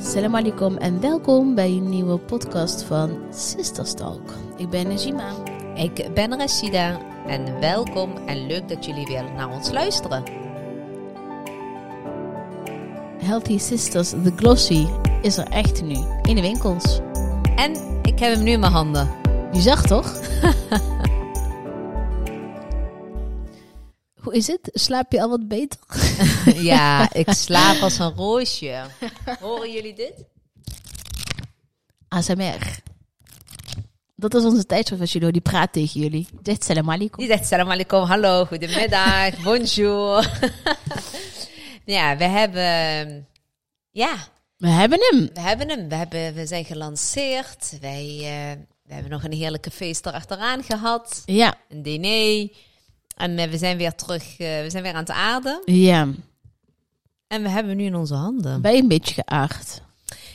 Salam alaikum en welkom bij een nieuwe podcast van Sisters Talk. Ik ben Najima. Ik ben Rashida en welkom en leuk dat jullie weer naar ons luisteren. Healthy Sisters, The Glossy, is er echt nu in de winkels. En ik heb hem nu in mijn handen. Je zag toch? Hoe is het? Slaap je al wat beter? ja, ik slaap als een roosje. Horen jullie dit? ASMR. Dat is onze tijdschrift als jullie die praat tegen jullie. Zegt salam alaikum. Die zegt salam alaikum, hallo, goedemiddag, bonjour. ja, we hebben... Ja, We hebben hem. we hebben hem. We, hebben, we zijn gelanceerd. Wij eh, we hebben nog een heerlijke feest erachteraan gehad. Ja. Een diner. En eh, we zijn weer terug, eh, we zijn weer aan het aarde. Ja. En we hebben hem nu in onze handen. Bij een beetje geaard.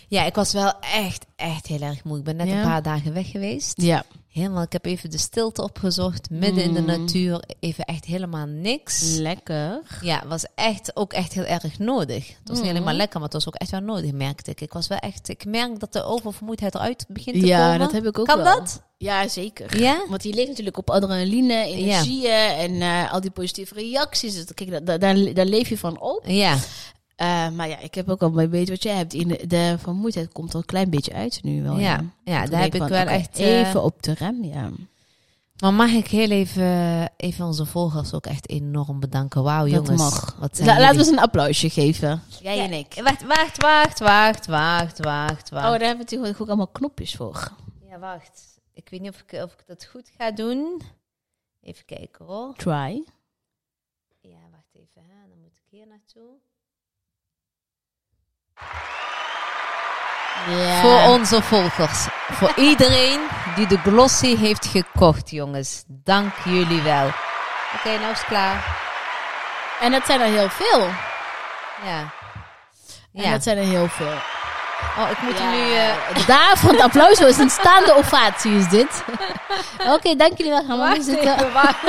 Ja, ik was wel echt, echt heel erg moe. Ik ben net Ja. een paar dagen weg geweest. Ja. Mm. Helemaal, ik heb even de stilte opgezocht. Midden in de natuur, even echt helemaal niks. Lekker. Ja, was echt ook echt heel erg nodig. Het was niet alleen Mm. maar lekker, maar het was ook echt wel nodig, merkte ik. Ik was wel echt, ik merk dat de oververmoeidheid eruit begint te Ja, komen. dat heb ik ook Kan wel. dat? Ja, zeker. Ja? Want die leeft natuurlijk op adrenaline, energieën en eh, al die positieve reacties. Dus kijk, da- da- daar, daar leef je van op. Ja. Eh, maar ja, ik heb ook al een beetje wat jij hebt. In de, de vermoeidheid komt al een klein beetje uit nu wel. Ja, ja, Toen daar heb denk ik van, wel oké, echt... eh, Even op de rem, ja. Maar mag ik heel even, even onze volgers ook echt enorm bedanken. Wauw, Dat jongens. mag. Wat La- zijn laten we jullie- eens een applausje geven. Jij Ja, en ik. Wacht, wacht, wacht, wacht, wacht, Oh, wacht, wacht. daar hebben we natuurlijk ook allemaal knopjes voor. Ja, wacht. Ik weet niet of ik, of ik dat goed ga doen. Even kijken hoor. Try. Ja, wacht even. Hè. Dan moet ik hier naartoe. Ja. Voor onze volgers. Voor iedereen die de glossy heeft gekocht, jongens. Dank jullie wel. Oké, nou is het klaar. En dat zijn er heel veel. Ja. En Ja. dat zijn er heel veel. Oh, ik moet Ja. hem nu... eh, Daarvan het applaus is een staande ovatie is dit. Oké, dank jullie wel. Gaan we weer Oh, Wacht zitten. even, wacht.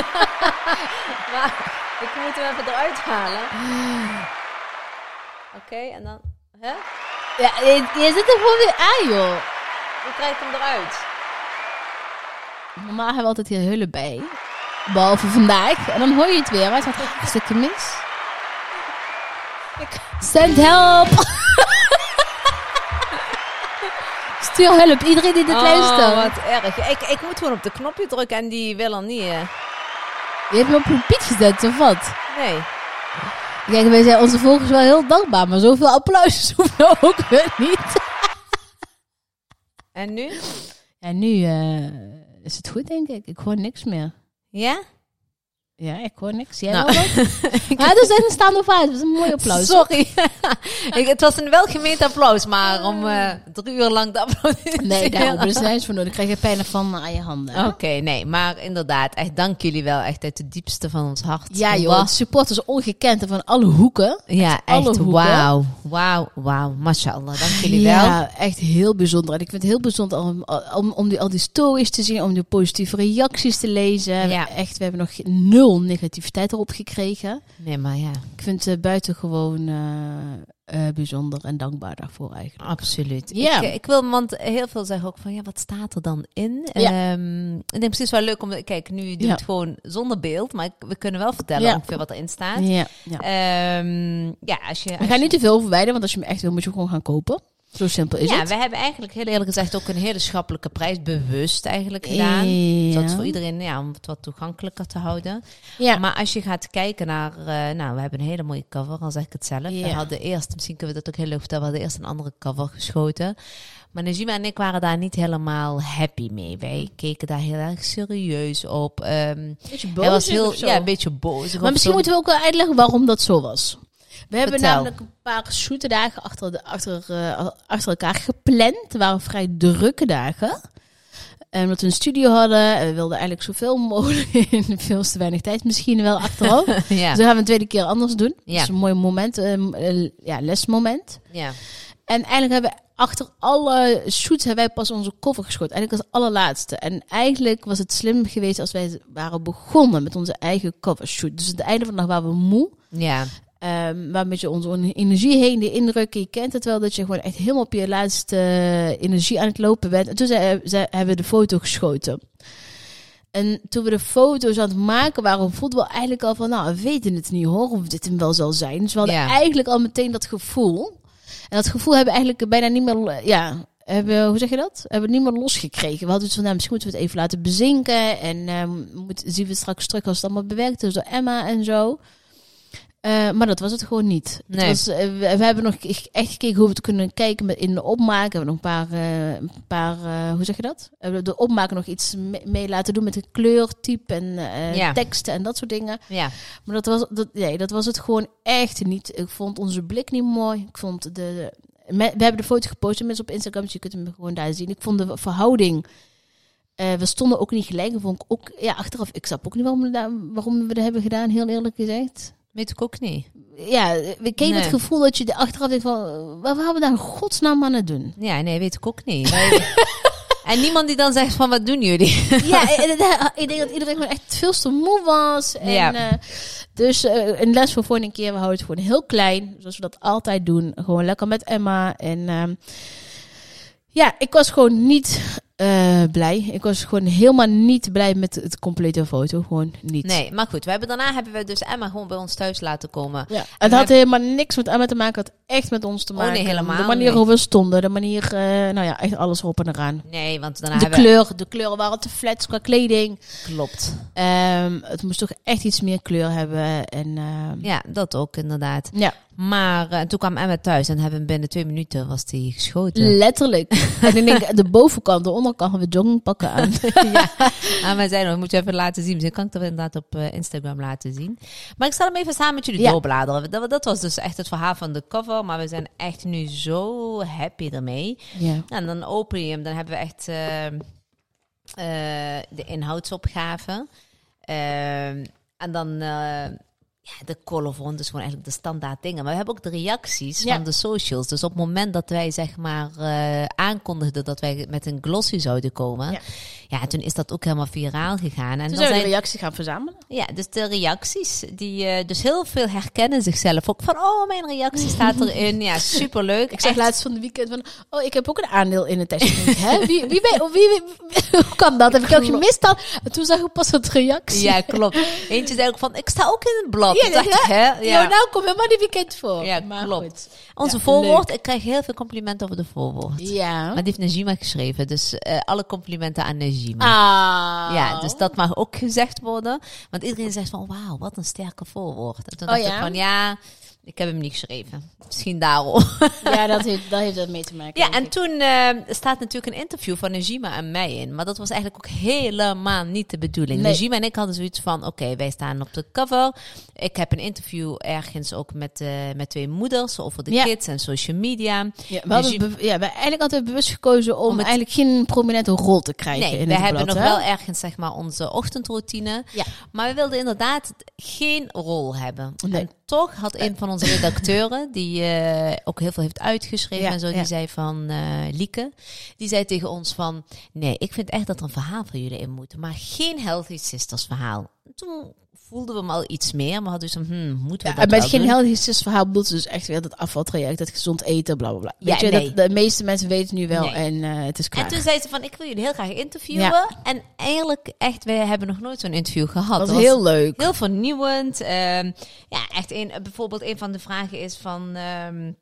Wacht, Ik moet hem even eruit halen. Oké, en dan... Hè? Ja, je, je zit er gewoon weer aan, joh. Hoe krijg ik hem eruit? Normaal hebben we altijd hier hullen bij. Behalve vandaag. En dan hoor je het weer. Maar het gaat hartstikke mis. Send help! Stuur hulp. Iedereen die dit luistert. Oh, wat erg. Ik, ik moet gewoon op de knopje drukken en die wil er niet. eh. Je hebt me op een piet gezet, of wat? Nee. Kijk, wij zijn onze volgers wel heel dankbaar. Maar zoveel applaus hoeven ook weer niet. En nu? En nu eh, is het goed, denk ik. Ik hoor niks meer. Ja? Ja, ik hoor niks. Jij Nou. wel wat? Maar het is echt een staande ovatie. Het is een mooi applaus. Sorry. ik, het was een welgemeend applaus, maar om eh, drie uur lang te applaudisseren. Nee, daarom is er niks voor nodig. Dan krijg je pijn van aan je handen. Oké, nee, maar inderdaad, echt dank jullie wel. Echt uit het diepste van ons hart. Ja joh, Wa- het support is ongekend en van alle hoeken. Ja, alle echt hoeken. wauw. Wauw, wauw. Mashallah, dank jullie wel. Ja, echt heel bijzonder. En ik vind het heel bijzonder om, om, om die, al die stories te zien, om de positieve reacties te lezen. Ja. Echt, we hebben nog nul negativiteit erop gekregen. Nee, maar ja, Ik vind het buitengewoon eh, eh, bijzonder en dankbaar daarvoor eigenlijk. absoluut. Ja. Ik, ik wil, want heel veel zeggen ook van, ja, wat staat er dan in? Ja. Ehm, ik denk precies wel leuk om, kijk, nu doe ik Ja. het gewoon zonder beeld, maar ik- we kunnen wel vertellen Ja. ongeveer wat erin staat. Ja, ja. Eh, Ehm, ja, als je... We als gaan je- niet te veel verwijderen, want als je hem echt wil, moet je hem gewoon gaan kopen. Zo simpel is ja, het. we hebben eigenlijk heel eerlijk gezegd ook een hele schappelijke prijs bewust eigenlijk gedaan. Dus dat is voor iedereen, ja, om het wat toegankelijker te houden. Ja. Maar als je gaat kijken naar, eh, nou, we hebben een hele mooie cover, al zeg ik het zelf. Ja. We hadden eerst, misschien kunnen we dat ook heel leuk vertellen, we hadden eerst een andere cover geschoten. Maar Najima en ik waren daar niet helemaal happy mee. Wij Hmm. keken daar heel erg serieus op. Ehm Beetje hij was boos heel, of zo. ja, een beetje boos. Maar misschien moeten we ook wel uitleggen waarom dat zo was. We hebben Vertel. namelijk een paar zoete dagen achter, de, achter, eh, achter elkaar gepland. Het waren vrij drukke dagen. En omdat we een studio hadden, en we wilden eigenlijk zoveel mogelijk in veel te weinig tijd misschien wel achteraf. Dus we... Ja, dat gaan we een tweede keer anders doen. Ja. Dat is een mooi moment, eh, m- eh, ja, lesmoment. ja. En eigenlijk hebben we achter alle shoots hebben wij pas onze cover geschoten. Eigenlijk als allerlaatste. En eigenlijk was het slim geweest als wij waren begonnen met onze eigen cover shoot. Dus aan het einde van de dag waren we moe. ja. Ehm, maar met je onze energie heen, de indrukken, je kent het wel, dat je gewoon echt helemaal op je laatste eh, energie aan het lopen bent. En toen zei, eh, zei- hebben we de foto geschoten. En toen we de foto's aan het maken waren, voelden we eigenlijk al van, nou, we weten het niet hoor, of dit hem wel zal zijn. Dus we hadden Ja. eigenlijk al meteen dat gevoel. En dat gevoel hebben we eigenlijk bijna niet meer, eh, ja, hebben, we- hoe zeg je dat? Hebben we het niet meer losgekregen. We hadden het van, nou, misschien moeten we het even laten bezinken. En ehm, moet, zien we het straks terug als het allemaal bewerkt is door Emma en zo. Eh, maar dat was het gewoon niet. Het Nee. was, eh, we, we hebben nog ge- echt gekeken hoe we het kunnen kijken met, in de opmaak. We hebben nog een paar, eh, een paar eh, hoe zeg je dat? We hebben de opmaak nog iets me- mee laten doen met een kleurtype en eh, Ja. teksten en dat soort dingen. Ja. Maar dat was, dat, nee, dat was het gewoon echt niet. Ik vond onze blik niet mooi. Ik vond de, de- me- we hebben de foto gepost mensen op Instagram, dus je kunt hem gewoon daar zien. Ik vond de verhouding. eh, we stonden ook niet gelijk. Dat Vond ik ook, ja, achteraf, ik snap ook niet waarom we, daar, waarom we dat hebben gedaan, heel eerlijk gezegd. Weet ik ook niet. Ja, we kregen Nee. het gevoel dat je de achteraf denkt van, eh, wat hebben we daar in godsnaam aan het doen? Ja, nee, weet ik ook niet. Wij- en niemand die dan zegt van, wat doen jullie? ja, en- en- ik denk dat iedereen gewoon echt veel te moe was. En, Ja. eh, dus eh, een les voor volgende keer. We houden het gewoon heel klein, zoals we dat altijd doen. Gewoon lekker met Emma. En ehm, ja, ik was gewoon niet eh, blij. Ik was gewoon helemaal niet blij met het complete foto. Gewoon niet. Nee, maar goed. We hebben, daarna hebben we dus Emma gewoon bij ons thuis laten komen. Ja, het had helemaal niks met Emma te maken. Het had echt met ons te Oh, nee, maken. helemaal de manier niet. hoe we stonden, de manier, eh, nou ja, echt alles erop en eraan. Nee, want daarna De hebben we... kleur, de kleuren waren te flats qua kleding. Klopt. Ehm, het moest toch echt iets meer kleur hebben. En, ehm, Ja, dat ook inderdaad. ja. Maar eh, toen kwam Emma thuis en hebben we binnen twee minuten was die Mm. geschoten. letterlijk. en ik denk, de bovenkant, de onderkant hebben we joggingpakken aan. En wij zeiden, dat moet je even laten zien. Misschien kan ik dat inderdaad op eh, Instagram laten zien. Maar ik zal hem even samen met jullie Ja. doorbladeren. Dat, dat was dus echt het verhaal van de cover. Maar we zijn echt nu zo happy ermee. ja. Nou, en dan open je hem. Dan hebben we echt eh, eh, de inhoudsopgave. Ehm, en dan eh, ja, de colorfront, dus gewoon eigenlijk de standaard dingen. Maar we hebben ook de reacties Ja. van de socials. Dus op het moment dat wij zeg maar eh, aankondigden dat wij met een glossy zouden komen. Ja. Ja. toen is dat ook helemaal viraal gegaan. Toen En dan zijn we zijn de reactie gaan verzamelen. ja, dus de reacties, die, eh, dus heel veel herkennen zichzelf ook van, oh, mijn reactie staat erin. Ja, superleuk. Ik zag Echt laatst van de weekend van, oh, ik heb ook een aandeel in het testament. Hè? Wie, wie, ben- wie, wie, hoe kan dat? Heb ik al gemist dan? En toen zag ik pas het reactie. Ja, klopt. Eentje zei ook van, ik sta ook in het blad. Ja, Toen dacht ik, hè? Ja. Nou, nou kom helemaal die weekend voor. Ja, maar klopt. Goed. Onze Ja, voorwoord, ik krijg heel veel complimenten over de voorwoord. Ja. Maar die heeft Najima geschreven, dus eh, alle complimenten aan Najima. Ah. Ja, dus dat mag ook gezegd worden. Want iedereen zegt van, wauw, wat een sterke voorwoord. En toen Oh, dacht ja? ik van, ja, ik heb hem niet geschreven. Misschien daarom. Ja, dat heeft dat heeft dat mee te maken. Ja, denk en ik. toen eh, staat natuurlijk een interview van Najima en mij in. Maar dat was eigenlijk ook helemaal niet de bedoeling. Nee. Najima en ik hadden zoiets van, oké, wij staan op de cover. Ik heb een interview ergens ook met, eh, met twee moeders over de Ja. kids en social media. Ja, we hadden Najima- be- ja, we eigenlijk altijd bewust gekozen om, dus Om het- eigenlijk geen prominente rol te krijgen Nee, in we het hebben blad, nog hè? wel ergens zeg maar onze ochtendroutine. Ja. Maar we wilden inderdaad geen rol hebben. Nee. Eh. En toch had een van onze redacteuren, die eh, ook heel veel heeft uitgeschreven Ja, en zo, ja. die zei van eh, Lieke, die zei tegen ons van, nee, ik vind echt dat er een verhaal van jullie in moet, maar geen Healthy Sisters verhaal. Toen voelden we hem al iets meer, maar hadden dus van, hmm, moeten we Ja, dat met wel geen doen? heldheidsverhaal verhaal bedoelt ze dus echt weer dat afvaltraject, dat gezond eten, bla bla bla. Ja, Weet je, nee. dat, de meeste mensen weten nu wel Nee. en eh, het is klaar. En toen zei ze van, ik wil jullie heel graag interviewen. Ja. En eigenlijk echt, we hebben nog nooit zo'n interview dat gehad. Dat was was- heel leuk. Heel vernieuwend. Ehm, ja, echt een, bijvoorbeeld een van de vragen is van... ehm,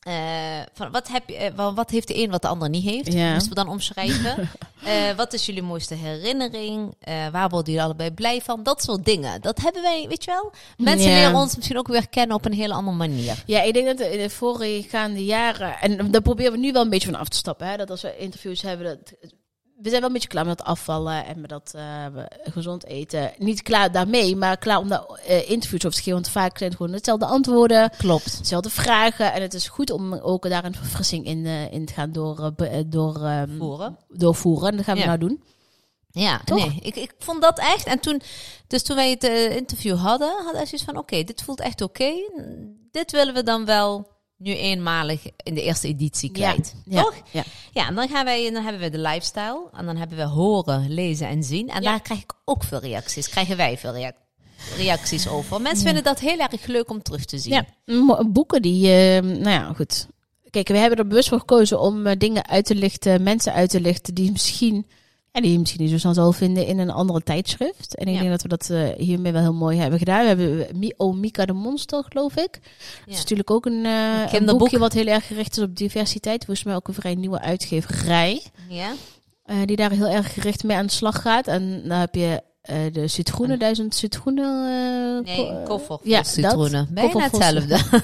eh, van wat, heb je, eh, wa- wat heeft de een wat de ander niet heeft? Ja. Moesten we dan omschrijven. Eh, wat is jullie mooiste herinnering? Eh, waar worden jullie allebei blij van? Dat soort dingen. Dat hebben wij, weet je wel? Mensen Ja. leren ons misschien ook weer kennen op een hele andere manier. Ja, ik denk dat in de voorgaande jaren, en daar proberen we nu wel een beetje van af te stappen, hè, dat als we interviews hebben, dat, we zijn wel een beetje klaar met dat afvallen en met dat eh, gezond eten. Niet klaar daarmee, maar klaar om daar eh, interviews over te geven, want vaak zijn het gewoon hetzelfde antwoorden. Klopt. dezelfde vragen. En het is goed om ook daar een verfrissing in, eh, in te gaan door, eh, be- eh, door, ehm, Voeren. doorvoeren. En dat gaan we Ja. nou doen. Ja, Toch? nee. Ik, ik vond dat echt. En toen, dus toen wij het eh, interview hadden, hadden we zoiets van: oké, dit voelt echt oké. Dit willen we dan wel nu eenmalig in de eerste editie kwijt. Ja. Toch? Ja. Ja, en dan, gaan wij, dan hebben we de lifestyle. En dan hebben we horen, lezen en zien. En Ja. daar krijg ik ook veel reacties. Krijgen wij veel reacties. reacties over. Mensen vinden dat heel erg leuk om terug te zien. Ja, mo- boeken die, eh, nou ja, goed. Kijk, we hebben er bewust voor gekozen om eh, dingen uit te lichten, mensen uit te lichten die misschien, ja, die je misschien niet zo snel zal vinden in een andere tijdschrift. En ik Ja. denk dat we dat eh, hiermee wel heel mooi hebben gedaan. We hebben Mi- Oh Mika de Monster, geloof ik. Dat is Ja. natuurlijk ook een, eh, een kinderboek. boekje wat heel erg gericht is op diversiteit. Volgens mij ook een vrij nieuwe uitgeverij. Ja? eh, die daar heel erg gericht mee aan de slag gaat. En dan heb je eh, de Citroenen, duizend Citroenen. eh, Nee, ko- een koffer vol ja, dat. citroenen. Bijna Koffer vol hetzelfde.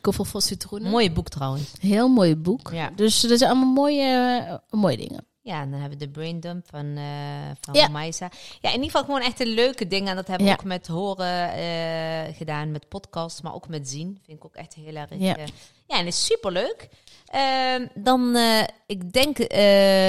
koffer vol citroenen. Mooi boek trouwens. Heel mooi boek. Ja. Dus dat zijn allemaal mooie, eh, mooie dingen. Ja, en dan hebben we de braindump van, eh van Ja. ja. Ja, in ieder geval gewoon echt een leuke dingen. En dat hebben we Ja. ook met horen eh, gedaan, met podcasts, maar ook met zien. Vind ik ook echt heel erg. eh, Ja. Ja, en is superleuk. Ehm, dan, eh, ik denk, eh,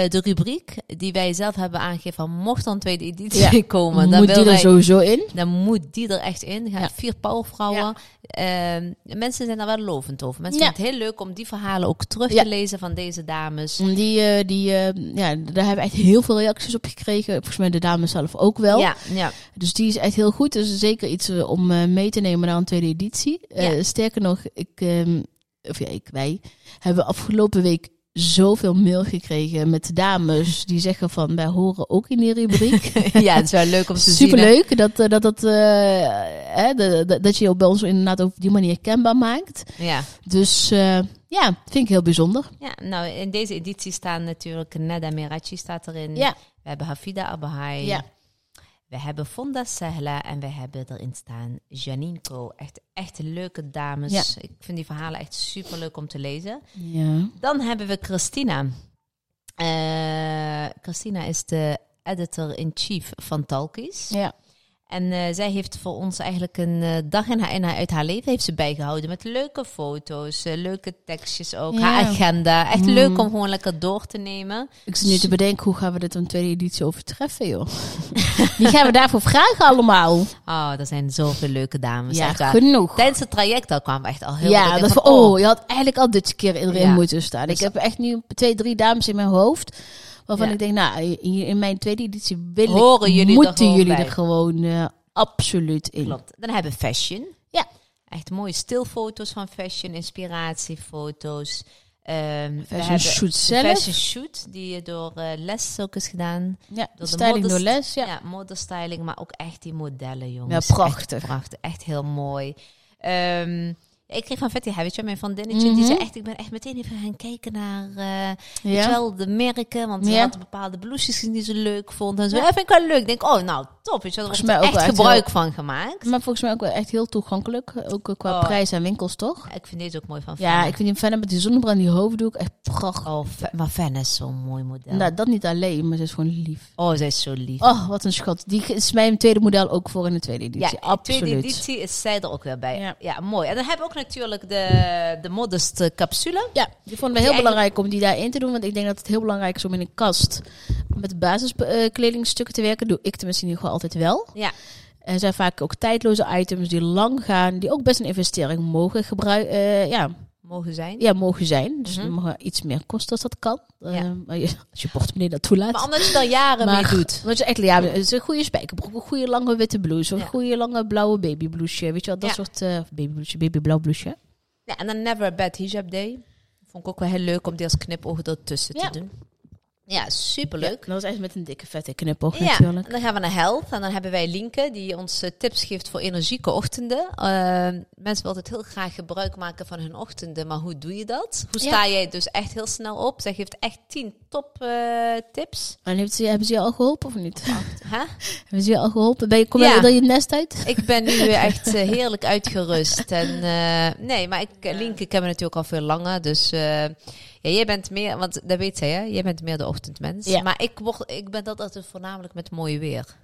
de rubriek die wij zelf hebben aangegeven, van mocht dan tweede editie komen, dan, Moet die Oh, wil er wij, sowieso in? dan moet die er echt in. Gaan Ja. Vier powervrouwen. Ehm, mensen zijn daar wel lovend over. Mensen Ja. vinden het heel leuk om die verhalen ook terug Ja. te lezen van deze dames. Die, eh, die, eh, ja, daar hebben we echt heel veel reacties op gekregen. Volgens mij de dames zelf ook wel. Ja, ja. Dus die is echt heel goed. Dus zeker iets eh, om eh, mee te nemen naar een tweede editie. Eh, Ja. Sterker nog, ik, ehm, of ja, ik, wij hebben afgelopen week zoveel mail gekregen met dames die zeggen van wij horen ook in die rubriek. Ja, het is wel leuk om te zien. hè. Superleuk dat, eh, dat, dat, eh, hè, de- de- dat je je bij ons inderdaad op die manier kenbaar maakt. Ja. Dus eh, ja, vind ik heel bijzonder. ja, nou in deze editie staan natuurlijk Neda Merachi staat erin. Ja. We hebben Hafida Abahai. We hebben Fonda Sehla en we hebben erin staan Janine Ko. Echt, echt leuke dames. Ja. Ik vind die verhalen echt super leuk om te lezen. ja. Dan hebben we Christina. Eh, Christina is de editor-in-chief van Talkies. ja. En eh, zij heeft voor ons eigenlijk een eh, dag in haar, in haar, uit haar leven heeft ze bijgehouden. Met leuke foto's, eh, leuke tekstjes ook. Ja. Mm. Haar agenda. Echt leuk om gewoon lekker door te nemen. Ik zit nu te bedenken, hoe gaan we dit een tweede editie overtreffen, joh? Die gaan we daarvoor vragen allemaal. Oh, er zijn zoveel leuke dames. ja, echt waar. genoeg. Tijdens het traject al kwamen we echt al heel veel ja, dingen dat van, van, oh, je had eigenlijk al dit keer erin Ja. moeten staan. Ik Dus- heb echt nu twee, drie dames in mijn hoofd. Waarvan Ja. ik denk, nou, in, in mijn tweede editie wil ik- Horen jullie er moeten gewoon jullie bij. er gewoon eh, absoluut in. Klopt. Dan hebben we fashion. Ja. Echt mooie stilfoto's van fashion, inspiratiefoto's. Ehm, we Fashion hebben shoot de zelf. Fashion shoot die door eh, Les ook is gedaan. Ja, de styling modest- door les, ja. Ja, modestyling, maar ook echt die modellen, jongens. Ja, prachtig. Echt, prachtig, echt heel mooi. Ehm, ik kreeg van Fatty Habitje, mijn vriendinnetje, die zei echt, ik ben echt meteen even gaan kijken naar eh, weet Mhm. Ja. je wel, de merken, want ze Ja. had bepaalde blouses die ze leuk vond. En zo, Ja. ja. vind ik wel leuk. Ik denk, oh, nou, top. Weet je, wel, er Volgens mij wordt ook echt wel echt gebruik van gemaakt. Maar volgens mij ook wel echt heel toegankelijk. Ook eh, qua Oh. prijs en winkels, toch? Ik vind deze ook mooi van Ja, ik vind die verder met die zonnebrand en die hoofddoek echt prachtig. Oh, Fe- maar Fanny is zo'n mooi model. Nou, dat niet alleen, maar ze is gewoon lief. oh, zij is zo lief. Oh, wat een schat. Die is mijn tweede model ook voor in de tweede ja, editie. in de absoluut. tweede editie is zij er ook weer bij. Ja. Ja, mooi. En dan hebben we ook natuurlijk de, de modest eh, capsule. Ja, die vonden we heel eigenlijk- belangrijk om die daarin te doen. Want ik denk dat het heel belangrijk is om in een kast met basiskledingstukken te werken. Doe ik tenminste in ieder geval altijd wel. Ja, Er zijn vaak ook tijdloze items die lang gaan, die ook best een investering mogen gebruiken. ja, mogen zijn. ja, mogen zijn. Dus Mhm. die mogen iets meer kosten als dat kan. Eh, Ja. maar je- als je portemonnee dat toelaat. Maar omdat je daar jaren mee doet. Want je echt, ja, het is een goede spijkerbroek, een goede lange witte blouse, of een Ja. goede lange blauwe babyblouseje. Weet je wel, dat Ja. soort eh babyblouseje, babyblauw blouseje. Ja, en dan Never a Bad Hijab Day. Vond ik ook wel heel leuk om die als knipoog ertussen Ja. te doen. Ja, superleuk. Dat was echt met een dikke vette knipoog Ja, natuurlijk. en dan gaan we naar health. En dan hebben wij Linke, die ons eh, tips geeft voor energieke ochtenden. Eh, mensen willen altijd heel graag gebruik maken van hun ochtenden. Maar hoe doe je dat? Hoe Ja. sta jij dus echt heel snel op? Zij geeft echt tien top eh, tips. En heeft ze, hebben ze je al geholpen of niet? Hè? Hebben ze je al geholpen? Ben je, kom je Ja. er je nest uit? Ik ben nu weer echt eh, heerlijk uitgerust. En, eh, nee, maar ik, Linke kennen we natuurlijk al veel langer. Dus eh, ja, jij bent meer, want dat weet zij hè, jij bent meer de ochtendmens. Ja. Maar ik, word, ik ben dat altijd voornamelijk met mooi weer.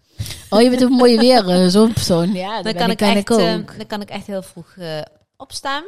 Oh, je bent een mooie weer, eh, zo'n persoon. Ja, dan, dat kan ik ben echt, ook. eh, dan kan ik echt heel vroeg eh, opstaan.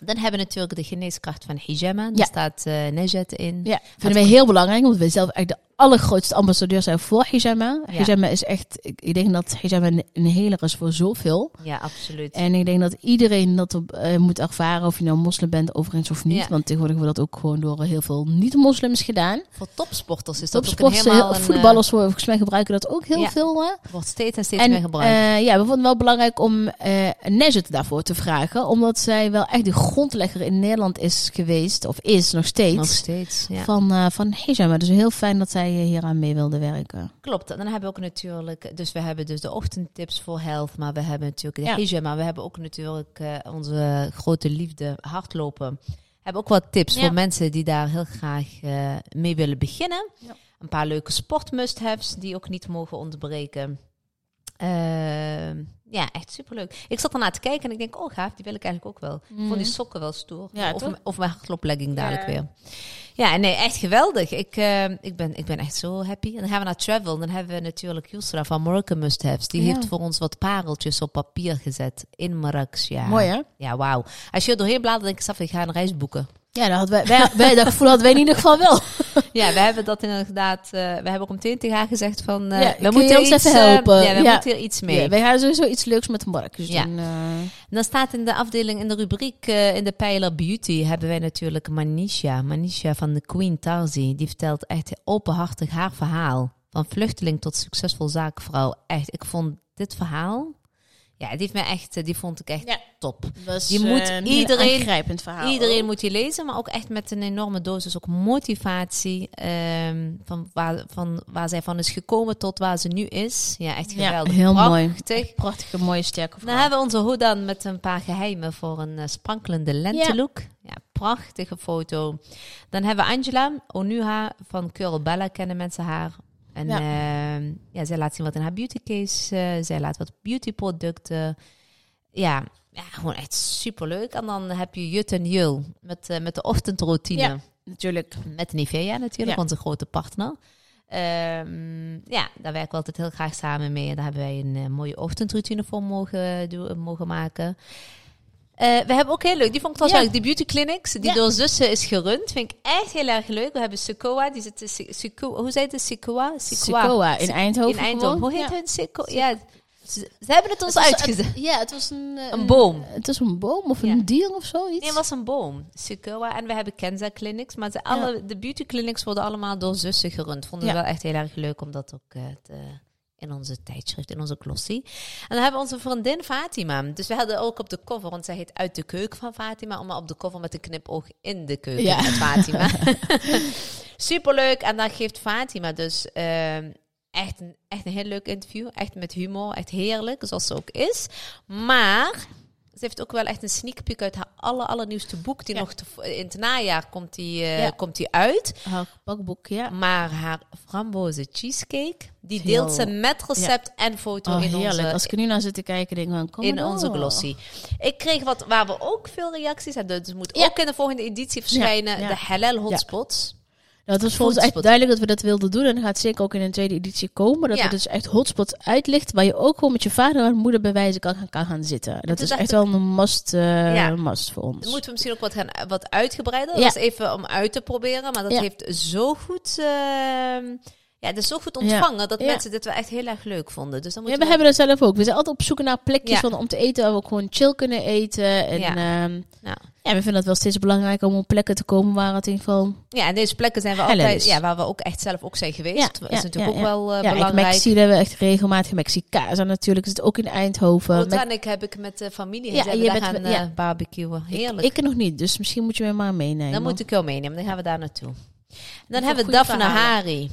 Dan hebben we natuurlijk de geneeskracht van hijama. Daar Ja. staat eh Nejet in. ja, vinden wij heel belangrijk, want we zijn zelf echt de allergrootste ambassadeur zijn voor hijama. Ja. Hijama is echt, ik, ik denk dat hijama een, een heler is voor zoveel. Ja, absoluut. En ik denk dat iedereen dat op, eh, moet ervaren, of je nou moslim bent overigens of niet. Ja. Want tegenwoordig wordt dat ook gewoon door eh, heel veel niet-moslims gedaan. voor topsporters is dat ook een Topsporters, helemaal heel- een, eh, voetballers volgens mij gebruiken dat ook heel Ja. veel. hè. wordt steeds en steeds En meer gebruikt. eh, ja, we vonden het wel belangrijk om eh Nezet daarvoor te vragen. Omdat zij wel echt de grondlegger in Nederland is geweest, of is nog steeds, Nog steeds, ja. van, eh van hijama. Dus heel fijn dat zij eh, hieraan mee wilde werken. Klopt, en dan hebben we ook natuurlijk... Dus we hebben dus de ochtendtips voor health, maar we hebben natuurlijk de Ja. hygiëne, maar we hebben ook natuurlijk eh, onze grote liefde hardlopen. We hebben ook wat tips Ja. voor mensen die daar heel graag eh, mee willen beginnen. Ja. Een paar leuke sportmust-haves die ook niet mogen ontbreken. Eh, ja, echt superleuk. Ik zat ernaar te kijken en ik denk, oh gaaf, die wil ik eigenlijk ook wel. Ik vond die sokken wel stoer. Mhm. Ja, of, toch? m- of mijn hardlooplegging dadelijk Ja. weer. Ja, nee, echt geweldig. Ik, eh, ik, ben, ik ben echt zo happy. En dan gaan we naar travel. Dan hebben we natuurlijk Yusra van Moroccan Must Haves. Die Ja. heeft voor ons wat pareltjes op papier gezet in Marrakesh. Ja. Mooi hè? Ja, wauw. Als je er doorheen bladert, denk ik, Saf, ik ga een reis boeken. Ja, dat, had wij, wij, wij- dat gevoel hadden wij in ieder geval wel. ja, we hebben dat inderdaad... eh, we hebben ook om tegen haar gezegd van... eh, Ja, we kun moeten je hier ons iets, even eh, helpen? ja, we Ja. moeten hier iets mee. Ja, wij gaan sowieso iets leuks met Marcus Ja. doen. eh. En dan staat in de afdeling, in de rubriek, eh, in de pijler Beauty, hebben wij natuurlijk Manisha. Manisha van de Queen Tarzi. Die vertelt echt openhartig haar verhaal. Van vluchteling tot succesvol zaakvrouw. Echt, ik vond dit verhaal... Ja, die heeft mij echt, eh, die vond ik echt Ja. Ah, oh. top. Was, Je moet eh, een iedereen- heel aangrijpend verhaal. Iedereen moet die lezen, maar ook echt met een enorme dosis ook motivatie. ehm, van, waar, van waar zij van is gekomen tot waar ze nu is. Ja, echt Ja, geweldig. heel mooi. Prachtig. prachtige, mooie, sterke Dan hebben we onze Hoedan met een paar geheimen voor een eh, sprankelende lentelook. Ja. prachtige foto. Dan hebben we Angela Onuha van Curl Bella, kennen mensen haar. En Ja. ehm, ja, zij laat zien wat in haar beautycase. eh zij laat wat beautyproducten. Ja, ja, gewoon echt superleuk. En dan heb je Jut en Jul met, eh, met de ochtendroutine. Ja. Natuurlijk. Met Nivea natuurlijk, Ja. onze grote partner. Ehm, ja, daar werken we altijd heel graag samen mee. En daar hebben wij een eh, mooie ochtendroutine voor mogen, doen- mogen maken. Eh, we hebben ook heel leuk, die vond ik Ja. trouwens wel leuk, die beauty clinics, die Ja. door zussen is gerund. Vind ik echt heel erg leuk. We hebben Sequoia, die zit in Se- Sequoia, hoe zei het? Sequoia? Sikoa in Eindhoven. In Eindhoven. Hoe gewoon. heet Ja. hun Sequoia? Ja, ze, ze hebben het ons Het was- uitgezet. het- Ja, het was een... eh, Een boom. Het was een boom of Ja. een dier of zoiets. Nee, het was een boom. Sequoia. En we hebben Kenza Clinics. Maar ze alle, de beauty clinics worden allemaal door zussen gerund. Vonden we Ja. wel echt heel erg leuk om dat ook eh, te- in onze tijdschrift, in onze glossy. En dan hebben we onze vriendin Fatima. Dus we hadden ook op de cover, want zij heet Uit de Keuken van Fatima. Maar op de cover met de knipoog in de keuken Ja. met Fatima. Superleuk. En dan geeft Fatima dus... ehm, Echt een, echt een heel leuk interview. Echt met humor. Echt heerlijk, zoals ze ook is. Maar ze heeft ook wel echt een sneak peek uit haar aller, allernieuwste boek. Die Ja. nog te- in het najaar komt die, eh, Ja. komt die uit. Haar Oh, bakboek, ja. Maar haar frambozen cheesecake, die Heel- deelt ze met recept en foto Oh, in heerlijk. onze... Als ik er nu naar zit te kijken, denk ik van, kom in maar onze door. glossy. Ik kreeg wat waar we ook veel reacties hebben. Dus het moet Ja. ook in de volgende editie verschijnen. ja. De halal hotspots. Nou, het was voor ons echt Hotspot. duidelijk dat we dat wilden doen. En dat gaat zeker ook in een tweede editie komen. Dat Ja. er dus echt hotspots uitlicht. Waar je ook gewoon met je vader en moeder bij wijze kan gaan, kan gaan zitten. Dat toen is dacht echt wel een must, eh, Ja. must voor ons. Dan moeten we misschien ook wat, gaan, wat uitgebreider. Ja. Dat is even om uit te proberen. Maar dat Ja. heeft zo goed... ehm, ja, het is zo goed ontvangen dat Ja. mensen dit wel echt heel erg leuk vonden. Dus dan Ja, moeten we hebben dat zelf ook. We zijn altijd op zoek naar plekjes Ja. van, om te eten waar we ook gewoon chill kunnen eten. En Ja. Nou. ja. Ja. ja, we vinden het wel steeds belangrijk om op plekken te komen waar het in ieder geval... Ja, en deze plekken zijn we Hellen altijd, is. ja, waar we ook echt zelf ook zijn geweest. Ja, dat is ja, natuurlijk ja, ook ja. wel eh, ja, in belangrijk. Mexi daar hebben we echt regelmatig Mexicaans aan natuurlijk. Zit ook in Oh, Eindhoven. Mex- Botanik heb ik met de familie Ja, ja, en je daar bent gaan wel- ja. eh, barbecuen. Heerlijk. Ik, ik nog niet, dus misschien moet je mij maar meenemen. dan moet ik jou meenemen, dan gaan we daar naartoe. Dan heb hebben we goede Daphne verhalen. Hari.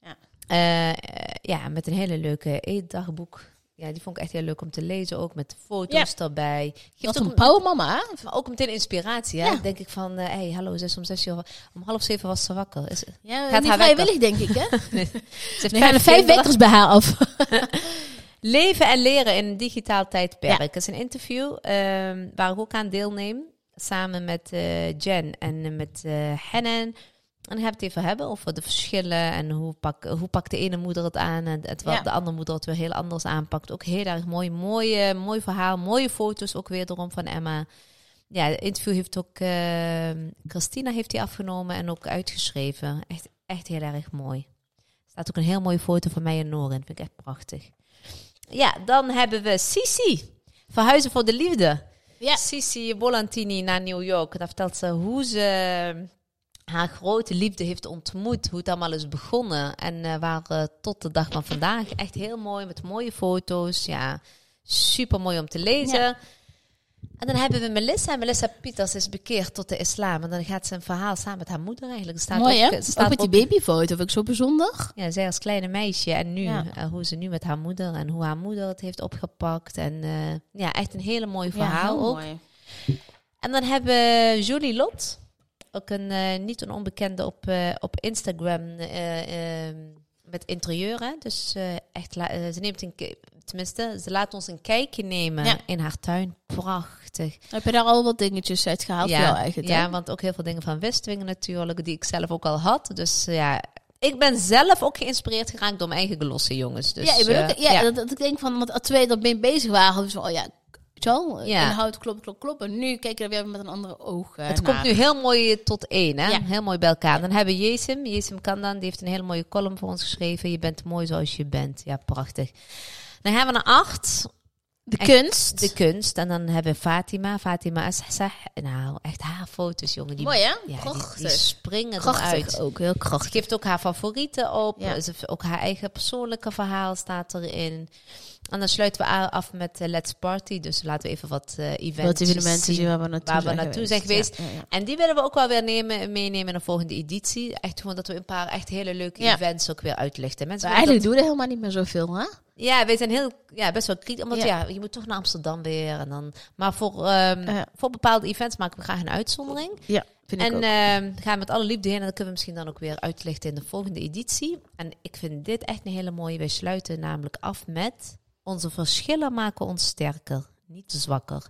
Ja. Eh, eh, ja, met een hele leuke eh, eetdagboek. Ja, die vond ik echt heel leuk om te lezen ook. Met foto's erbij. Wat Geeft ook, een pauwmama. hè? maar ook meteen inspiratie. Hè? Ja. Dan denk ik van, hé, hey, hallo, zes om zes uur. Om half zeven was ze wakker. Is, ze Ja, Gaat niet haar vrijwillig, denk ik. Hè? heeft Dan gaan er vijf kinderen. wekkers bij haar af. Leven en leren in een digitaal tijdperk. Dat is een interview ehm, waar ik ook aan deelneem. Samen met eh, Jen en eh, met eh Hennen. En dan gaan we het even hebben over de verschillen. En hoe, pak, hoe pakt de ene moeder het aan. En het, wat Ja. de andere moeder het weer heel anders aanpakt. Ook heel erg mooi. Mooi, eh, mooi verhaal. Mooie foto's ook weer erom van Emma. Ja, het interview heeft ook... ehm, Christina heeft die afgenomen en ook uitgeschreven. Echt, echt heel erg mooi. staat ook een heel mooie foto van mij en Noren. Vind ik echt prachtig. Ja, dan hebben we Sisi. Verhuizen voor de liefde. Ja. Sisi Bolantini naar New York. Daar vertelt ze hoe ze haar grote liefde heeft ontmoet. Hoe het allemaal is begonnen. En eh, waar eh, tot de dag van vandaag. Echt heel mooi, met mooie foto's. Ja, super mooi om te lezen. Ja. En dan hebben we Melissa. Melissa Pieters is bekeerd tot de islam. En dan gaat ze een verhaal samen met haar moeder eigenlijk. Er Staat Mooi, ook- hè? er Staat Ook met die babyfoto, vind ik zo bijzonder. ja, zij als kleine meisje en nu, Ja. eh, hoe ze nu met haar moeder en hoe haar moeder het heeft opgepakt. En eh, ja, echt een hele mooi verhaal ook. En dan hebben we Julie Lot, ook een eh, niet een onbekende op, eh, op Instagram eh, eh, met interieuren. Dus eh, echt, la- eh, ze neemt een, ki- tenminste, ze laat ons een kijkje nemen Ja. in haar tuin. Prachtig. Heb je daar al wat dingetjes uit gehaald? Ja, eigenlijk. hè? Ja, want ook heel veel dingen van Westwing natuurlijk, die ik zelf ook al had. Dus eh, ja, ik ben zelf ook geïnspireerd geraakt door mijn eigen glossen, jongens. Dus, ja, ik ben ook- eh, ja, Dat, dat ik denk van, want als twee dat mee bezig waren, dus van, oh ja, zo, Ja. inhoud klopt, klopt, klopt. En nu kijk je er weer met een andere oog eh, Het naar. komt nu heel mooi eh, tot één, hè? Ja. Heel mooi bij elkaar. Dan hebben we Jesim. Jesim Kandan, die heeft een hele mooie column voor ons geschreven. Je bent mooi zoals je bent. Ja, prachtig. Dan hebben we een acht, De echt kunst. de kunst. En dan hebben we Fatima, Fatima Assah. Nou, echt haar foto's, jongen. Die, Mooi, hè? Ja, die- die, Prachtig. springen eruit. krachtig ook, heel Ze krachtig. geeft ook haar favorieten op. Ja. Ze heeft ook haar eigen persoonlijke verhaal staat erin. En dan sluiten we a- af met eh, Let's Party. Dus laten we even wat eh eventjes Wat evenementen zien zien. waar we naartoe waar we zijn naartoe geweest. zijn geweest. Ja, ja, ja. En die willen we ook wel weer nemen, meenemen in de volgende editie. Echt gewoon dat we een paar echt hele leuke Ja. events ook weer uitlichten. Mensen Maar willen eigenlijk doen we er helemaal niet meer zoveel, hè? dat- ja, we zijn heel, ja, best wel kritisch. Omdat Ja. ja. je moet toch naar Amsterdam weer. En dan, maar voor, ehm, Ja. voor bepaalde events maken we graag een uitzondering. Ja, vind ik En ook. ehm, gaan we met alle liefde heen. En dat kunnen we misschien dan ook weer uitlichten in de volgende editie. En ik vind dit echt een hele mooie. Wij sluiten namelijk af met... Onze verschillen maken ons sterker, niet zwakker.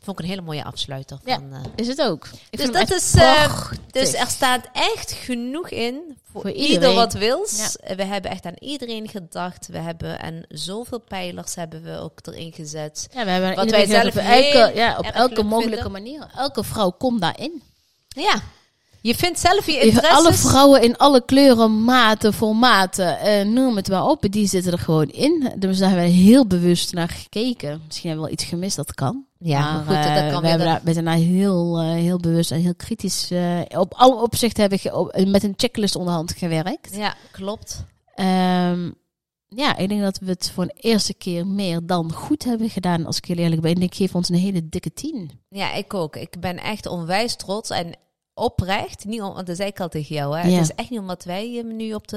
Vond ik een hele mooie afsluiter. Ja. Van, eh. is het ook. Ik Dus vind dat het is... echt eh, prachtig. dus er staat echt genoeg in voor, Voor ieder iedereen. wat wils. Eh, We hebben echt aan iedereen gedacht. We hebben en zoveel pijlers hebben we ook erin gezet. Ja, we hebben wat iedereen wij gezegd zelf op elke, heel ja, op erg elke leuk mogelijke vinden. manier. Elke vrouw komt daarin. Ja, je vindt zelf je Even interesses. Alle vrouwen in alle kleuren, maten, formaten, eh, noem het maar op, die zitten er gewoon in. Dus daar hebben we heel bewust naar gekeken. Misschien hebben we wel iets gemist, dat kan. Ja, maar goed, dat eh, kan we weer hebben dat- daar, we zijn daar heel, eh, heel bewust en heel kritisch. eh, op alle opzichten hebben we ge- op- met een checklist onderhand gewerkt. Ja, klopt. Ehm, ja, ik denk dat we het voor een eerste keer meer dan goed hebben gedaan, als ik heel eerlijk ben. Ik denk, ik geef ons een hele dikke tien. Ja, ik ook. Ik ben echt onwijs trots en oprecht. Niet om, want dat zei ik al tegen jou. Hè. Ja. Het is echt niet omdat wij hem nu op de,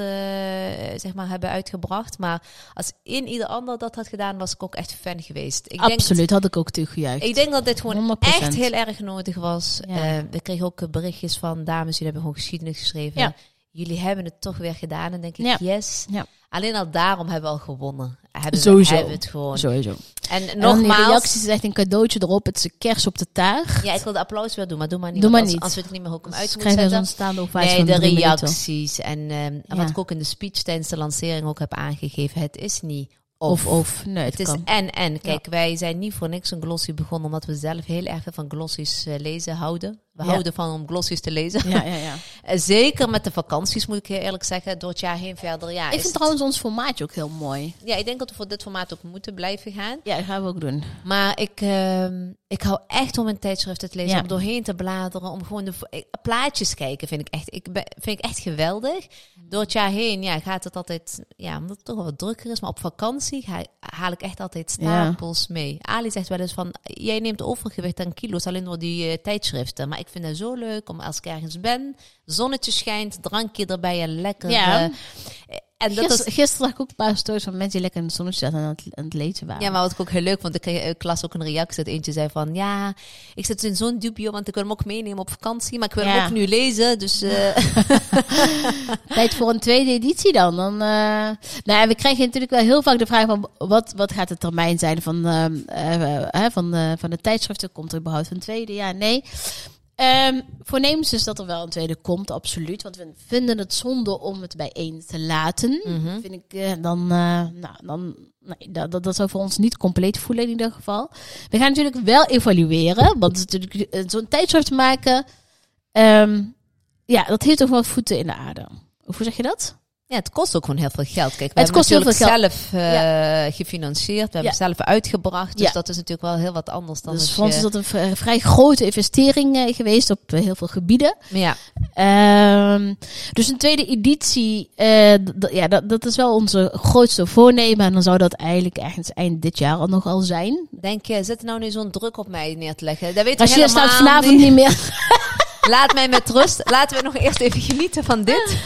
eh, zeg maar, hebben uitgebracht. Maar als in ieder ander dat had gedaan, was ik ook echt fan geweest. Ik Absoluut, had ik ook toegejuicht. Denk, ik denk dat dit gewoon 100%. echt heel erg nodig was. Ja. Eh, we kregen ook eh, berichtjes van dames, jullie hebben gewoon geschiedenis geschreven. Ja. Jullie hebben het toch weer gedaan. En denk ik, Ja. yes. Ja. Alleen al daarom hebben we al gewonnen. Hebben we, Sowieso. hebben we het gewoon. Sowieso. En En dan die nogmaals, reacties is echt een cadeautje erop. Het is een kers op de taart. Ja, ik wil de applaus wel doen, maar doe maar niet. Doe want maar als- niet. Als we het niet meer ook hem uit moeten Schrijf eens een zetten. staande ovatie Nee, van de drie minuten. reacties. En ehm, Ja. wat ik ook in de speech tijdens de lancering ook heb aangegeven. Het is niet of. Of, of, nee, het, het is kan. en, en. Kijk, wij zijn niet voor niks een glossy begonnen, omdat we zelf heel erg van glossies eh, lezen houden. We Ja. houden van om glossies te lezen. Ja, ja, ja. Eh, Zeker met de vakanties, moet ik heel eerlijk zeggen, door het jaar heen verder. Ja, ik is vind het- trouwens ons formaatje ook heel mooi. ja, ik denk dat we voor dit formaat ook moeten blijven gaan. Ja, dat gaan we ook doen. Maar ik, ehm, ik hou echt om een tijdschrift te lezen, Ja. om doorheen te bladeren, om gewoon de v- eh, plaatjes kijken vind ik echt, ik ben, vind ik echt geweldig. Mm. Door het jaar heen ja, gaat het altijd, ja, omdat het toch wel wat drukker is, maar op vakantie ga, haal ik echt altijd stapels mee. Ali zegt wel eens van, jij neemt overgewicht aan kilo's alleen door die eh, tijdschriften, maar ik vind dat zo leuk om als ik ergens ben, zonnetje schijnt, drankje erbij en lekker. Ja. eh, en dat is Gister, Gisteren zag ik ook een paar stories van mensen die lekker in het zonnetje zaten en aan het, aan het lezen waren. Ja, maar wat ik ook heel leuk vond, ik kreeg ik las ook een reactie dat eentje zei van... Ja, ik zit in zo'n dubio, want ik wil hem ook meenemen op vakantie, maar ik wil hem Ja. ook nu lezen. Dus eh, Tijd voor een tweede editie dan. dan eh, Nou, en we krijgen natuurlijk wel heel vaak de vraag van wat, wat gaat de termijn zijn van, ehm, eh, eh, hè, van, de, van de tijdschriften? Komt er überhaupt een tweede? Ja, nee. Ehm voornemens is dat er wel een tweede komt, absoluut. Want we vinden het zonde om het bij één te laten. Hm? Vind ik eh, dan, eh, nou, dan nee, dat, dat, dat zou voor ons niet compleet voelen in ieder geval. We gaan natuurlijk wel evalueren, want het is natuurlijk eh, zo'n tijdschrift maken. ehm, ja, dat heeft toch wel voeten in de aarde. Of hoe zeg je dat? Ja, het kost ook gewoon heel veel geld. Kijk, we Het hebben kost heel natuurlijk veel zelf eh, gefinancierd, we hebben zelf uitgebracht. Dus Ja. dat is natuurlijk wel heel wat anders dan eh, Dus als voor ons je- is dat een v- vrij grote investering eh, geweest op eh, heel veel gebieden. Ja, Ehm, dus een tweede editie, eh, d- d- ja, dat, dat is wel onze grootste voornemen. En dan zou dat eigenlijk ergens eind dit jaar al nog al zijn. denk je, zit nou nu zo'n druk op mij neer te leggen? Dat weet Als ik je daar staat helemaal vanavond niet meer. Laat mij met rust. Laten we nog eerst even genieten van dit.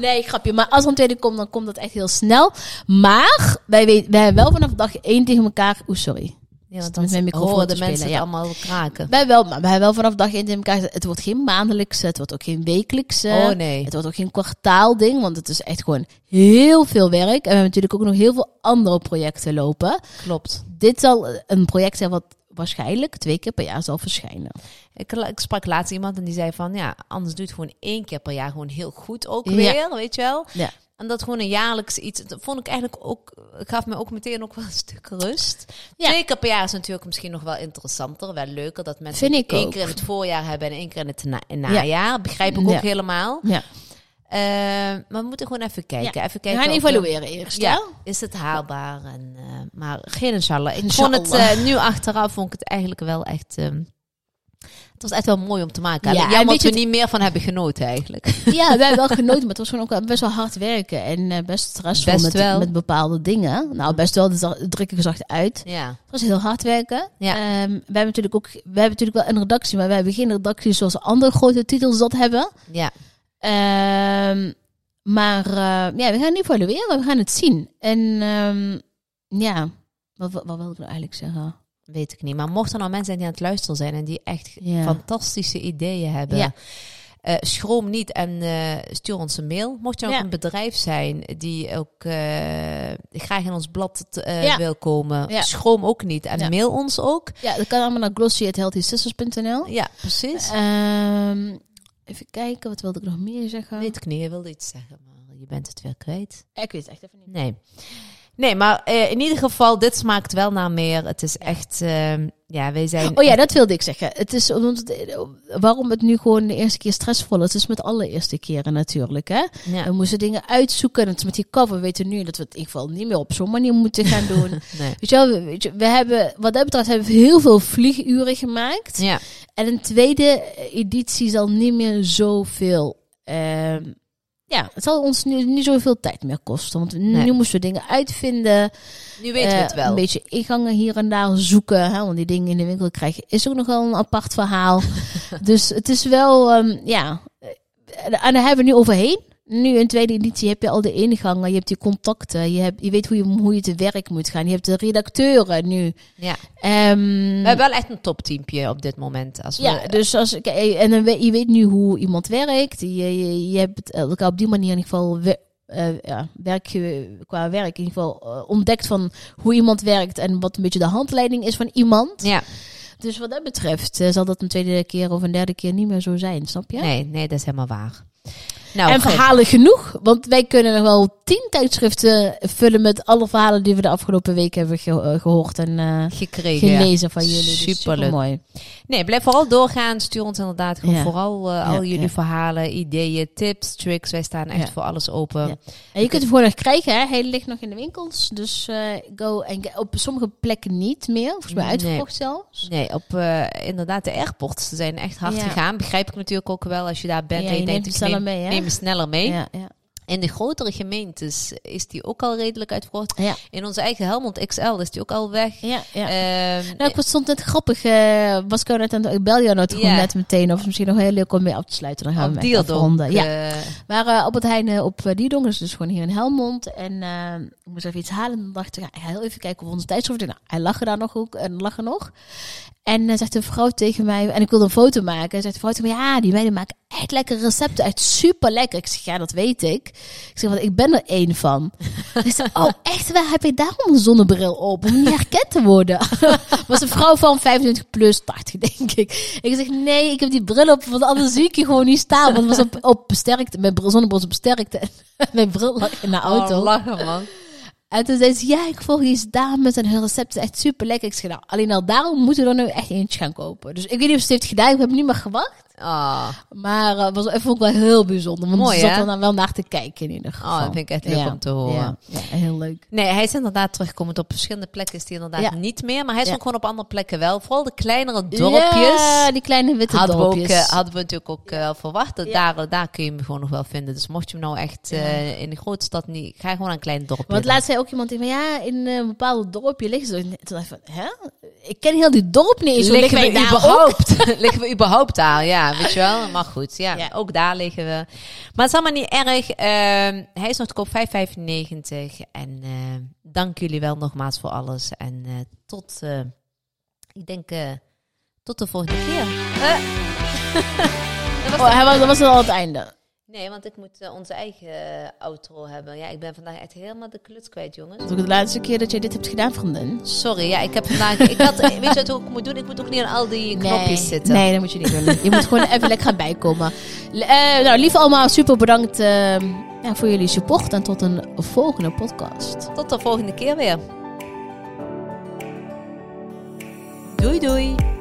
Nee, grapje. Maar als er een tweede komt, dan komt dat echt heel snel. Maar wij, weten, wij hebben wel vanaf dag één tegen elkaar... Oeh, sorry. Ja, Zit want met mijn dan microfoon horen te de spelen, mensen ja. het allemaal kraken. Wij wel, maar wij hebben wel vanaf dag één tegen elkaar gezegd, Het wordt geen maandelijkse, het wordt ook geen wekelijkse. Oh nee. Het wordt ook geen kwartaalding, want het is echt gewoon heel veel werk. En we hebben natuurlijk ook nog heel veel andere projecten lopen. Klopt. Dit zal een project zijn wat waarschijnlijk twee keer per jaar zal verschijnen. Ik, la- ik sprak laatst iemand en die zei van ja, anders doet gewoon één keer per jaar gewoon heel goed ook Ja. weer, weet je wel. Ja. En dat gewoon een jaarlijks iets, dat vond ik eigenlijk ook, gaf me ook meteen ook wel een stuk rust. Ja. Twee keer per jaar is natuurlijk misschien nog wel interessanter, wel leuker dat mensen Vind ik één ook. keer in het voorjaar hebben en één keer in het na- najaar. Begrijp ik ook Ja. helemaal. Ja. Eh, maar we moeten gewoon even kijken. Even We kijken gaan of we- evalueren eerst. ja, Ja. is het haalbaar? En, eh, maar geen inshallah. Ik vond het Inshallah. eh, nu achteraf vond ik het eigenlijk wel echt. ehm, het was echt wel mooi om te maken. Ja, Ja, en Jammer weet dat we je niet meer van hebben genoten eigenlijk. ja, wij hebben wel genoten, maar het was gewoon ook wel best wel hard werken. En eh, best stressvol Best met, wel. met bepaalde dingen. Nou, best wel, dus dat druk ik zacht uit. ja. Het was heel hard werken. Ja. Ehm, wij hebben natuurlijk ook, wij hebben natuurlijk wel een redactie, maar wij hebben geen redactie zoals andere grote titels dat hebben. Ja. Ehm, maar eh, ja, we gaan evalueren, we gaan het zien. En ehm, ja, wat, wat, wat wil ik nou eigenlijk zeggen? Weet ik niet. Maar mochten er nou mensen zijn die aan het luisteren zijn en die echt Ja. fantastische ideeën hebben. Ja. eh, schroom niet en eh, stuur ons een mail. Mocht je ook Ja. een bedrijf zijn die ook eh, graag in ons blad eh, Ja. wil komen, Ja. schroom ook niet en Ja. mail ons ook. Ja, dat kan allemaal naar glossy.healthysisters.nl. Ja, Eh, precies. Ehm even kijken, wat wilde ik nog meer zeggen? Weet ik niet, je wilde iets zeggen, maar je bent het weer kwijt. ik weet het echt even niet. Nee. Nee, maar eh, in ieder geval, dit smaakt wel naar meer. Het is echt, ehm, ja, wij zijn... Oh ja, dat wilde ik zeggen. Het is omdat het- waarom het nu gewoon de eerste keer stressvol is. Het is met alle eerste keren natuurlijk. Hè? We Ja, moesten dingen uitzoeken. En het is met die cover weten we nu dat we het in ieder geval niet meer op zo'n manier moeten gaan doen. nee. Weet je wel, we- weet je, we hebben, wat dat betreft hebben we heel veel vlieguren gemaakt. Ja, En een tweede editie zal niet meer zoveel. ehm, ja, het zal ons nu niet zoveel tijd meer kosten. Want nu Nee. moesten we dingen uitvinden. nu weten we eh, het wel. Een beetje ingangen hier en daar zoeken. Hè, want die dingen in de winkel krijgen is ook nog wel een apart verhaal. dus het is wel, ehm, ja. eh, En daar hebben we nu overheen. Nu in tweede editie heb je al de ingangen, je hebt die contacten, je, hebt, je weet hoe je, hoe je te werk moet gaan. Je hebt de redacteuren nu. Ja. Ehm, We hebben wel echt een topteampje op dit moment. Als we, ja, dus als ik en dan weet, je weet nu hoe iemand werkt. Je, je, je hebt elkaar op die manier in ieder geval we- eh, ja, werk je qua werk in ieder geval eh, ontdekt van hoe iemand werkt en wat een beetje de handleiding is van iemand. ja. Dus wat dat betreft eh, zal dat een tweede keer of een derde keer niet meer zo zijn, snap je? Nee, nee, dat is helemaal waar. Nou, en goed. verhalen genoeg, want wij kunnen nog wel tien tijdschriften vullen met alle verhalen die we de afgelopen week hebben ge- eh, gehoord en eh, gekregen. ja. gelezen van jullie. Dus Superleuk. Super mooi. Nee, blijf vooral doorgaan. Stuur ons inderdaad gewoon Ja. vooral eh, al Ja, jullie ja. verhalen, ideeën, tips, tricks. Wij staan echt Ja. voor alles open. Ja. En je kunt hem gewoon nog krijgen, hè? Hij ligt nog in de winkels. Dus eh, go en get- op sommige plekken niet meer. Volgens mij Nee. uitverkocht zelfs. Nee, op eh, inderdaad de airports. Ze zijn echt hard Ja. gegaan. Begrijp ik natuurlijk ook wel als je daar bent. Ja, en je je denkt, neemt ik het sneller neem, mee, hè? neem me sneller mee. Ja, ja. In de grotere gemeentes is die ook al redelijk uitverkocht. Ja. In onze eigen Helmond XL is die ook al weg. ja, ja. Ehm, nou, ik was- stond net grappig. eh, was ik al net aan het- ik bel jou nou toch Ja. net meteen. Of het is misschien nog heel leuk om mee af te sluiten. Dan gaan we op hem echt Dierdonk. afronden. Ja. eh, Maar eh, op het Heine op eh, Dierdonk is dus gewoon hier in Helmond. En eh, ik moest even iets halen. En dan dacht ik, ja, ik ga heel even kijken of onze tijdschrift... Nou, hij lag er daar nog ook. En lag er nog. En eh, zegt de vrouw tegen mij... En ik wilde een foto maken. En zegt de vrouw tegen mij... Ja, die meiden maken echt lekkere recepten. Echt super lekker. Ik zeg, ja, dat weet ik. Ik zeg, want ik ben er één van. Ze zei, oh, echt waar? Heb je daarom een zonnebril op? Om niet herkend te worden. was een vrouw van 25 plus 80, denk ik. Ik zeg, nee, ik heb die bril op, want anders zie ik je gewoon niet staan. Want het was op, op sterkte, mijn bril- zonnebril was op sterkte. En mijn bril lag in de auto. oh, lachen man. en toen zei ze, ja, ik volg deze dames en hun recepten echt super lekker. Ik zeg, nou, alleen al daarom moeten we er nu echt eentje gaan kopen. Dus ik weet niet of ze het heeft gedaan, ik heb niet meer gewacht. Oh, Maar eh, was, vond ik wel heel bijzonder. Want Mooi, ze zat hè? er dan wel naar te kijken in ieder geval. oh dat vind ik echt leuk Ja, om te horen. Ja, ja, heel leuk. Nee, hij is inderdaad terugkomend. Op verschillende plekken is hij inderdaad Ja. niet meer. Maar hij is Ja. ook gewoon op andere plekken wel. Vooral de kleinere dorpjes. Ja, die kleine witte hadden, we ook, dorpjes. eh, hadden we natuurlijk ook eh, wel verwacht. Dat daar, daar kun je hem gewoon nog wel vinden. Dus mocht je hem nou echt eh, in de grote stad niet... Ga gewoon aan een klein dorpje. Want dan. laatst zei ook iemand die van ja, in eh, een bepaald dorpje liggen ze. En Toen dacht ik van, hè? Ik ken heel die dorp niet eens. Hoe liggen, liggen we wij daar ook? überhaupt, liggen we überhaupt daar? Ja, weet je wel. Maar goed, ja, Ja. ook daar liggen we. Maar het is allemaal niet erg. Ehm, hij is nog te koop 5,95. En eh, dank jullie wel nogmaals voor alles. En eh, tot, eh, ik denk, eh, tot de volgende keer. Eh. Dat was Oh, hij was, dat was al het einde. Nee, want ik moet eh, onze eigen eh, outro hebben. Ja, ik ben vandaag echt helemaal de kluts kwijt, jongens. Dat is ook de laatste keer dat jij dit hebt gedaan, vriendin. Sorry, ja, ik heb vandaag... Ik had, weet je wat ik ook moet doen? Ik moet ook niet aan al die knopjes zitten. Nee, dat moet je niet doen. Je moet gewoon even lekker gaan bijkomen. L- eh, nou, lieve allemaal, super bedankt eh, ja, voor jullie support. En tot een volgende podcast. Tot de volgende keer weer. Doei doei.